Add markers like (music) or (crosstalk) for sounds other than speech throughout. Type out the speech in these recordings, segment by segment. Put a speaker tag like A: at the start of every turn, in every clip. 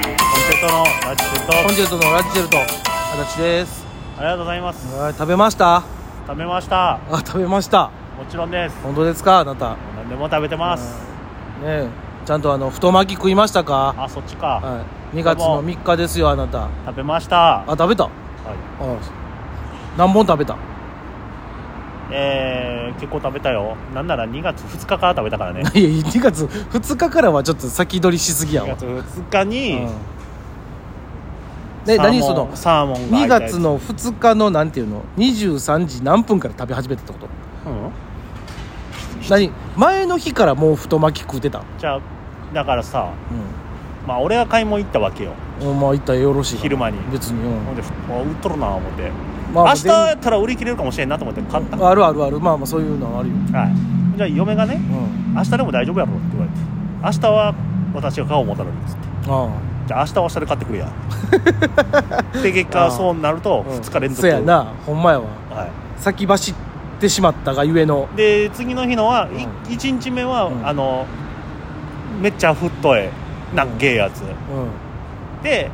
A: トのラッチュと
B: コンチェルトのラッチェルト私です
A: ありがとうございます
B: はい食べました
A: 食べました
B: あ食べました
A: もちろんです
B: 本当ですかあなたね
A: 何でも食べてます
B: えちゃんとあの太巻き食いましたか
A: あそっちか
B: はい2月の3日ですよあなた
A: 食べました
B: あ食べたあ
A: は
B: 何本食べた
A: いえー、結構食べたよなんなら2月2日から食べたから
B: (laughs)
A: ね
B: いや2月2日からはちょっと先取りしすぎや
A: 2
B: わ
A: 月2日
B: う
A: に
B: ん
A: サー
B: ね
A: モン
B: 何その
A: サーモンが
B: 2
A: 入ったやつ
B: 月の2日のなんていうの23時何分から食べ始めたってこと
A: うん
B: 何前の日からもう太巻き食うてた
A: じゃあだからさ
B: う
A: まあ俺は買い物行ったわけよ
B: んお前一体よろしいかな
A: 昼間に
B: 別にうん
A: ほんでふあ売っとるな思って
B: ま
A: 明日やったら売り切れるかもしれんなと思って買った
B: あるあるあるまあまあそういうのはあるよ、
A: はいじゃあ嫁がね
B: うん、
A: 明日でも大丈夫やろって言われて明日は私が買おう思ったのにっつって
B: あ
A: じゃあ明日は明日で買ってくれや
B: (laughs)
A: で結
B: あ
A: 果
B: ー
A: そうなる
B: あ
A: と2日連続
B: そうやなほんまやわ
A: は
B: 先走ってしまったがゆえの
A: い、で次の日のは、い
B: うん
A: 一1日目は、
B: うん
A: あのめっちゃ太いなっげえやつ
B: うん
A: で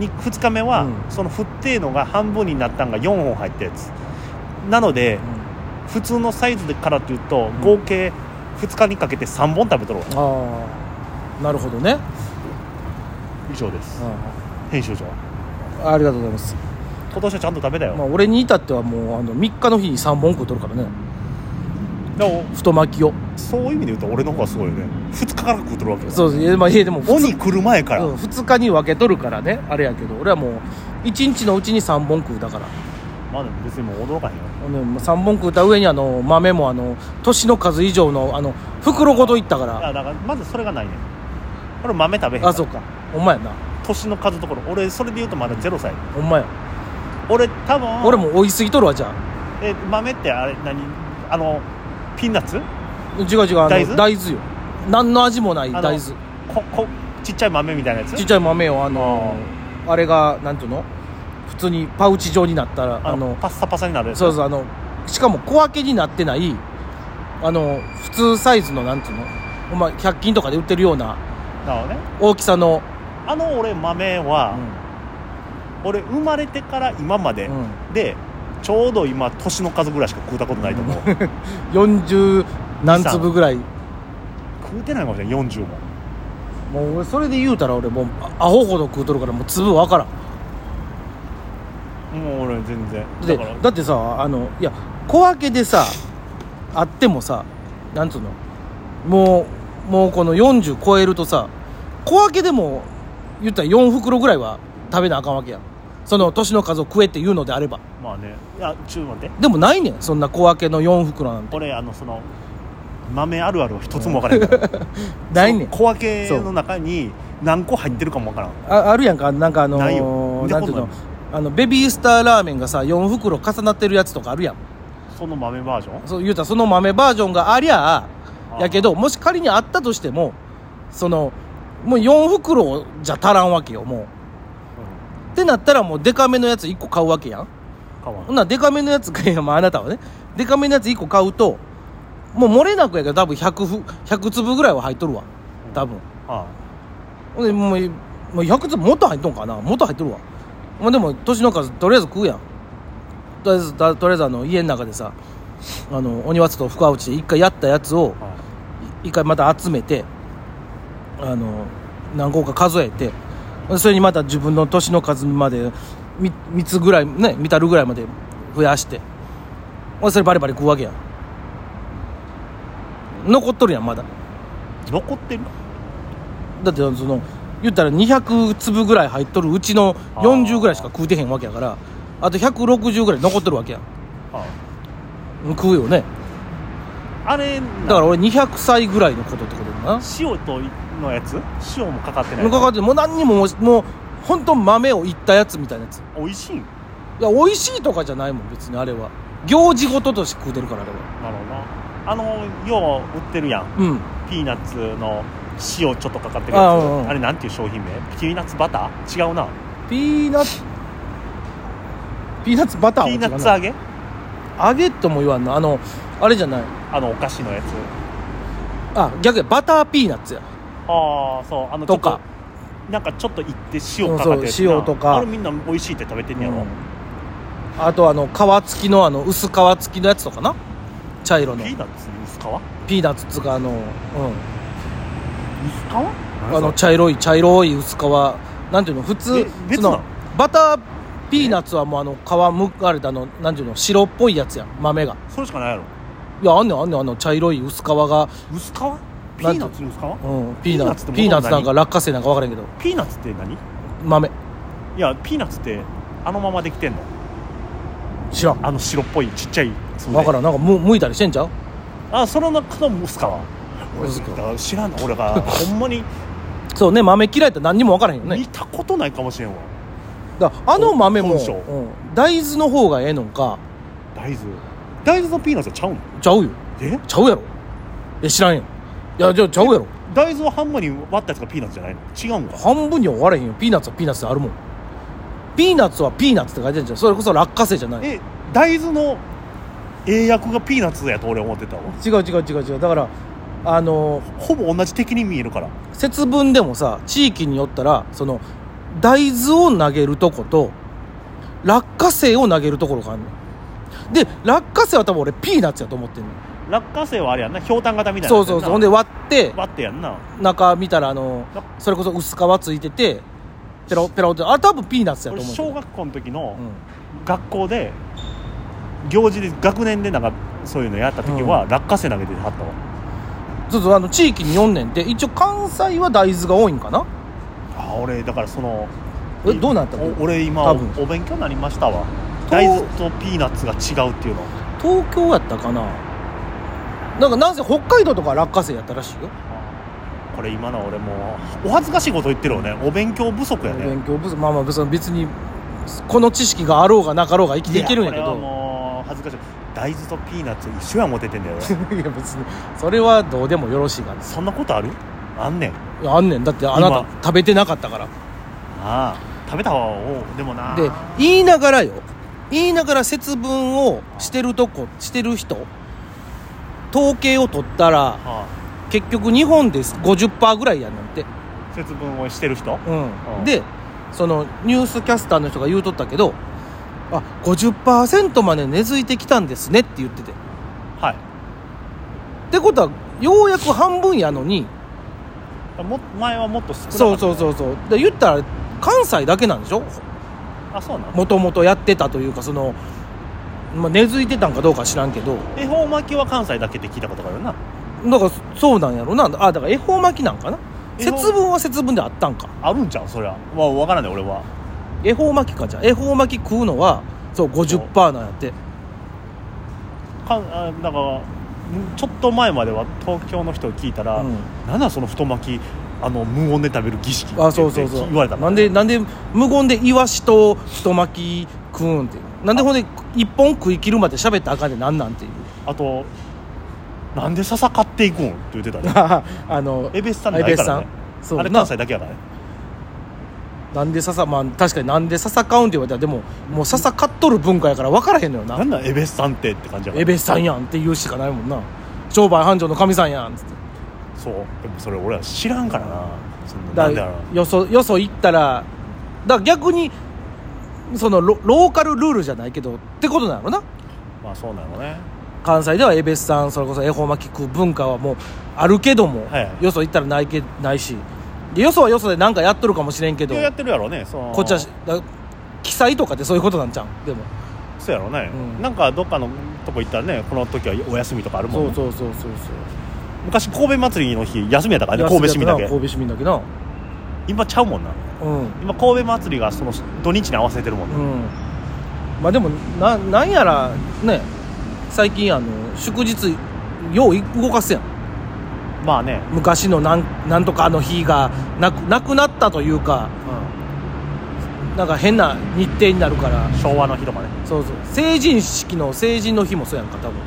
A: 2, 日目は、
B: うん
A: その振ってえのが半分になったんが4本入ったやつなので普通のサイズでからっていうと
B: ん
A: 合計2日にかけて3本食べとるわ
B: ああなるほどね、
A: 以上です
B: う
A: 編集長
B: ん、ありがとうございます、
A: 今年はちゃんと食べたよ、
B: まあ、俺に至ってはもうあの3日の日に3本食うとるからね
A: でも
B: 太巻きを
A: そういう意味で言うと俺の方がすごいよね2日から食うとるわけよ
B: そうですいやまあいやでも普
A: 鬼来る前から、
B: うん、2日に分けとるからねあれやけど俺はもう1日のうちに3本食うだから
A: まあでも別にもう驚かへんよ
B: 3本食うた上にあの豆もあの年の数以上のあの袋ごといったから
A: あだからまずそれがないねんこれ豆食べへんから
B: あそうかほんまやな
A: 年の数ところ俺それで言うとまだ0歳
B: ほんまや
A: 俺多分
B: 俺も追いすぎとるわじゃあ
A: え豆ってあれ何あのピーナッツ
B: 違う違うあの
A: 大豆
B: 大豆よ何の味もない
A: あの
B: 大豆
A: ここちっちゃい豆みたいなやつ
B: ちっちゃい豆をあのあれがなんていうの普通にパウチ状になったら
A: あ
B: あ
A: の
B: の
A: パッサパサになるやつ
B: そうそうあのしかも小分けになってないあの普通サイズのなんていうのお前100均とかで売ってるような
A: なのね
B: 大きさの、
A: あの俺豆
B: う
A: は、
B: ん
A: 俺生まれてから今まで、
B: うん
A: でちょうど今年の数ぐらいしか食うたことないと思う
B: (laughs) 40何粒ぐらい
A: 食うてないかもしれない40も
B: もう俺それで言うたら俺もうあアホほど食うとるからもう粒分からん
A: もう俺全然
B: で
A: だから
B: だってさあのいや小分けでさあってもさなんつうのもうもうこの40超えるとさ小分けでも言ったら4袋ぐらいは食べなあかんわけやんその年の数を食えって言うのであれば
A: まあねいやちょっと待って
B: でもないねんそんな小分けの4袋なんて
A: 俺あのその豆あるあるを一つも分からへんから
B: (laughs) ないね
A: そ
B: ん
A: の小分けの中に何個入ってるかも分からん
B: ああるやんかなんかあのー
A: ないよ見
B: な
A: た
B: ん
A: こ
B: て
A: と
B: いう
A: ない
B: のあのベビースターラーメンがさ4袋重なってるやつとかあるやん
A: その豆バージョン
B: そう言うたらその豆バージョンがありゃ
A: あー
B: やけどもし仮にあったとしてもそのもう4袋じゃ足らんわけよもうってなったらもうデカめのやつ1個買うわけやん
A: かわ
B: ほんならデカめのやつがいやまああなたはねデカめのやつ1個買うともう漏れなくやけど多分 100, ふ100粒ぐらいは入っとるわ多分
A: あ
B: ほんでもうもう100粒もっと入っとんかなもっと入っとるわまあでも年の数とりあえず食うやんとりあえずだとりあえずあの家の中でさあの鬼松と福は内で一回やったやつを
A: ああ
B: 一回また集めてあの何個か数えてそれにまた自分の年の数までみ3つぐらいね見たるぐらいまで増やしてほんでそれバリバリ食うわけやん残っとるやんまだ
A: 残ってる
B: だってその言ったら200粒ぐらい入っとるうちの40ぐらいしか食うてへんわけやからあと160ぐらい残っとるわけやん
A: あ
B: 食うよね
A: ああれ
B: だから俺200歳ぐらいのことってことだな
A: 塩とのやつ塩もかかってない
B: 向かかってもう何にももうもう本当豆をいったやつみたいなやつい
A: 美味しいん
B: や美味しいとかじゃないもん別にあれは行事ごととして食うてるからあれは
A: なるほどなあのよう売ってるやん
B: うん
A: ピーナッツの塩ちょっとかかってる
B: ああ
A: や
B: う
A: つ
B: んうん
A: あれなんていう商品名ピーナッツバター違うな
B: ピーナッツピーナッツバターは
A: ピ
B: 違
A: ー
B: う
A: ナ
B: な
A: ッツ揚げ
B: 揚げとも言わんのあのあれじゃない
A: あのお菓子のやつ
B: あ逆やバターピーナッツや
A: ああそうあのちょ
B: と
A: っと
B: か
A: なんかちょっと行って塩かかって
B: そうそう塩とか
A: あれみんな美味しいって食べてんねやろ、
B: うんあとあの皮付きのあの薄皮付きのやつとかな茶色の
A: ピーナッツに薄皮薄
B: ピーナッツつうかあの、うん、
A: 皮
B: あの茶色い茶色い薄皮なんていうの普通
A: え別
B: そ
A: なの
B: のバターピーナッツはもうあの皮むかれたあのなんていうの白っぽいやつやん豆が
A: それしかないやろ
B: いやあんねんあんねんあの茶色い薄皮が、
A: 薄皮ピーナッツに薄皮
B: うん、ピーナッツ
A: ピ
B: ピ
A: ー
B: ー
A: ナッツっても
B: ナッツな
A: う何
B: んか落花生なんか分からんけど
A: ピーナッツって何い
B: 豆
A: やピーナッツってあのままできてんの
B: 知らん
A: あの白っぽいちっちゃい粒で
B: 分からんなんかむむいたりしてんちゃう
A: あその中の薄皮俺
B: 薄皮
A: だから知らんの俺
B: (laughs)
A: がほんまに
B: そうね豆嫌いって何にも分からへんよね
A: 見たことないかもしれんわ
B: だからあの豆も、
A: 本性
B: うん大豆の方がええのんか
A: 大豆大豆のピーナッツはちゃうの
B: ちゃうよ
A: え
B: ちゃうやろえ知らんやんいやじゃあちゃうやろ
A: 大豆を半分に割ったやつがピーナッツじゃないの違うんか
B: 半分には割れへんよピーナッツはピーナッツであるもんピーナッツはピーナッツって書いてあるじゃんそれこそ落花生じゃない
A: え大豆の英訳がピーナッツやと俺思ってたわ
B: 違う違う違う違うだからあのー
A: ほぼ同じ的に見えるから
B: 節分でもさ地域によったらその大豆を投げるとこと落花生を投げるところがあるので落花生は多分俺ピーナッツやと思ってんの
A: 落花生はあれやんなひょうたん型みたいな
B: そ
A: や
B: う
A: つやん
B: そう
A: な
B: そうほんで割って
A: 割ってやんな
B: 中見たらあの
A: な
B: それこそ薄皮ついててペロペロってあ多分ピーナッツやと
A: 俺
B: 思う
A: 小
B: け
A: 学校の時の
B: どうん
A: 学校で行事で学年でなんかそういうのやった時は落花生投げてはったわ
B: そうそうあの地域に4年で一応関西は大豆が多いんかな
A: あ俺だからその
B: えどうなったの
A: お俺今
B: 多
A: お
B: 分
A: お勉強になりましたわ
B: と
A: 大豆とピーナッツが違うっていうの
B: 東京やったかななんかなんせ北海道とかは落花生やったらしいよ
A: これ今の俺もうお恥ずかしいこと言ってるよねお勉強不足やね
B: 勉強不足まあまあ別に別にこの知識があろうがなかろうが生きていけるんやけ
A: いこれは
B: ど
A: もう恥ずかしい大豆とピーナッツ一緒や思って
B: (laughs)
A: てんだよ俺
B: いや別にそれはどうでもよろしいがな
A: そんなことあるあんねん
B: いやあんねんだってあなた食べてなかったから
A: ああ食べたわおうでもな
B: で言いながらよ言いながら節分をしてるとこしてる人統計を取ったら
A: は
B: 結局日本です50%ぐらいやんなんて、
A: あ、節分をしてる人
B: うん
A: うん
B: でそのニュースキャスターの人が言うとったけどあ50%まで根付いてきたんですねって言っててっ
A: はい
B: てことはようやく半分やのに
A: も前はもっと少なかった
B: そうそうそうそうで言ったら関西だけなんでしょ
A: あそうなの
B: もともとやってたというかその、まあ、根付いてたんかどうか知らんけど
A: 恵方巻きは関西だけって聞いたことがあるな
B: だからそうなんやろなあだから恵方巻きなんかな
A: 恵方
B: 節分は節分であったんか
A: あるんちゃうそりゃわ分からんね俺は
B: 恵方巻きかじゃあ恵方巻き食うのはそう50%なんやって
A: かんあだからちょっと前までは東京の人を聞いたら、
B: うん
A: なんだその太巻きあの無音で食べる儀式って
B: あそうそうそう
A: 言われたも
B: なんでなんで無言でイワシと太巻き食うんってなんでほんで一本食い切るまで喋ったらあかんでなんなん
A: (laughs)
B: ていう
A: あとなんで笹買っていくんって言ってた
B: (laughs)
A: ね
B: あの
A: エベスさんないからね
B: エベスさんそう
A: あれ
B: な
A: 関西だけやからね
B: なんで笹まあ確かになんで笹買うんって言われたらでももう笹買っとる文化やから分からへんのよ
A: な
B: なん
A: なんエベスさんってって感じやから
B: エベさんやんって言うしかないもんな商売繁盛の神さんやんっつって
A: そうでもそれ俺は知らんからなそんな
B: だ
A: なんでや
B: か
A: ろ
B: らよそよそ行ったらだから逆にそのロローカルルールじゃないけどってことなのな
A: まあそうなのね
B: 関西ではエベスさんそれこそ恵方巻き食う文化はもうあるけども、
A: はい
B: よそ行ったらないけないしでよそはよそで何かやっとるかもしれんけ
A: い
B: ど
A: ややってるやろねその
B: こっちはしだ記載とかってそういうことなんじゃんでも
A: そうやろね、
B: うん
A: なんかどっかのとこ行ったらねこの時はお休みとかあるもん
B: そ
A: ね
B: うそうそうそうそう
A: 昔神戸祭りの日休みやったからね神戸市民だけ
B: 神戸市民だけな
A: 今ちゃうもんな
B: うん
A: 今神戸祭りがその土日に合わせてるもん
B: う
A: ね、
B: んまあでもななんやらね最近あの祝日ようい動かすやん
A: まあね、
B: 昔のなんなんとかあの日がなくなくなったというかなんか変な日程になるから
A: 昭和の日とかね
B: そうそう成人式の成人の日もそうやんか多分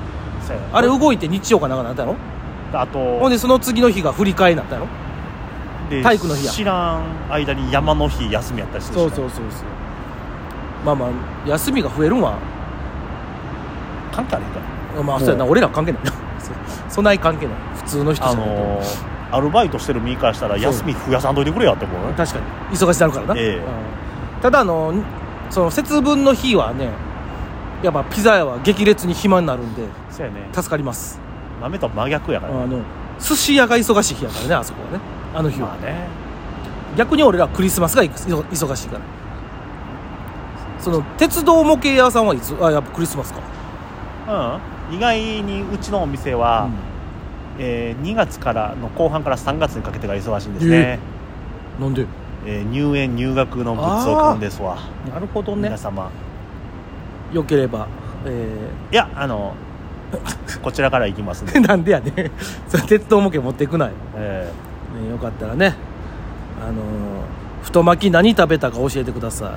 A: そうや
B: あれ動いて日曜かなんかなったやろ
A: あと
B: ほんでその次の日が振り替えになったやろ
A: で
B: 体育の日や
A: 知らん間に山の日休みやったりするし
B: そ
A: ね、
B: うそうそうそうまあまあ休みが増えるんは
A: 関係あれへんから
B: ま
A: もう
B: (laughs) あそうやな俺ら関係ないなそうそない関係ない普通の人じ
A: あ
B: ゃないと
A: のーアルバイトしてる身からしたら
B: そう
A: 休み増やさんといてくれやって思うね
B: 確かに忙しなるからな、
A: ええ
B: うんただあのその節分の日はねやっぱピザ屋は激烈に暇になるんで
A: そうやね
B: 助かります
A: 豆と真逆やからね
B: あの寿司屋が忙しい日やからねあそこはねあの日は、
A: まあね
B: 逆に俺らクリスマスがいく忙忙しいからその鉄道模型屋さんはいつあやっぱクリスマスか
A: うん意外にうちのお店は、えー2月からの後半から3月にかけてが忙しいんですね、
B: うんなんで
A: えー入園入学のグッズを買うんですわ
B: なるほど
A: 皆様
B: よければ、え
A: いやあのこちらから行き
B: (laughs)
A: ますんで、
B: ーなんでやねそれ鉄道模型持っていくない、
A: え
B: ね、よかったらねあのー太巻き何食べたか教えてください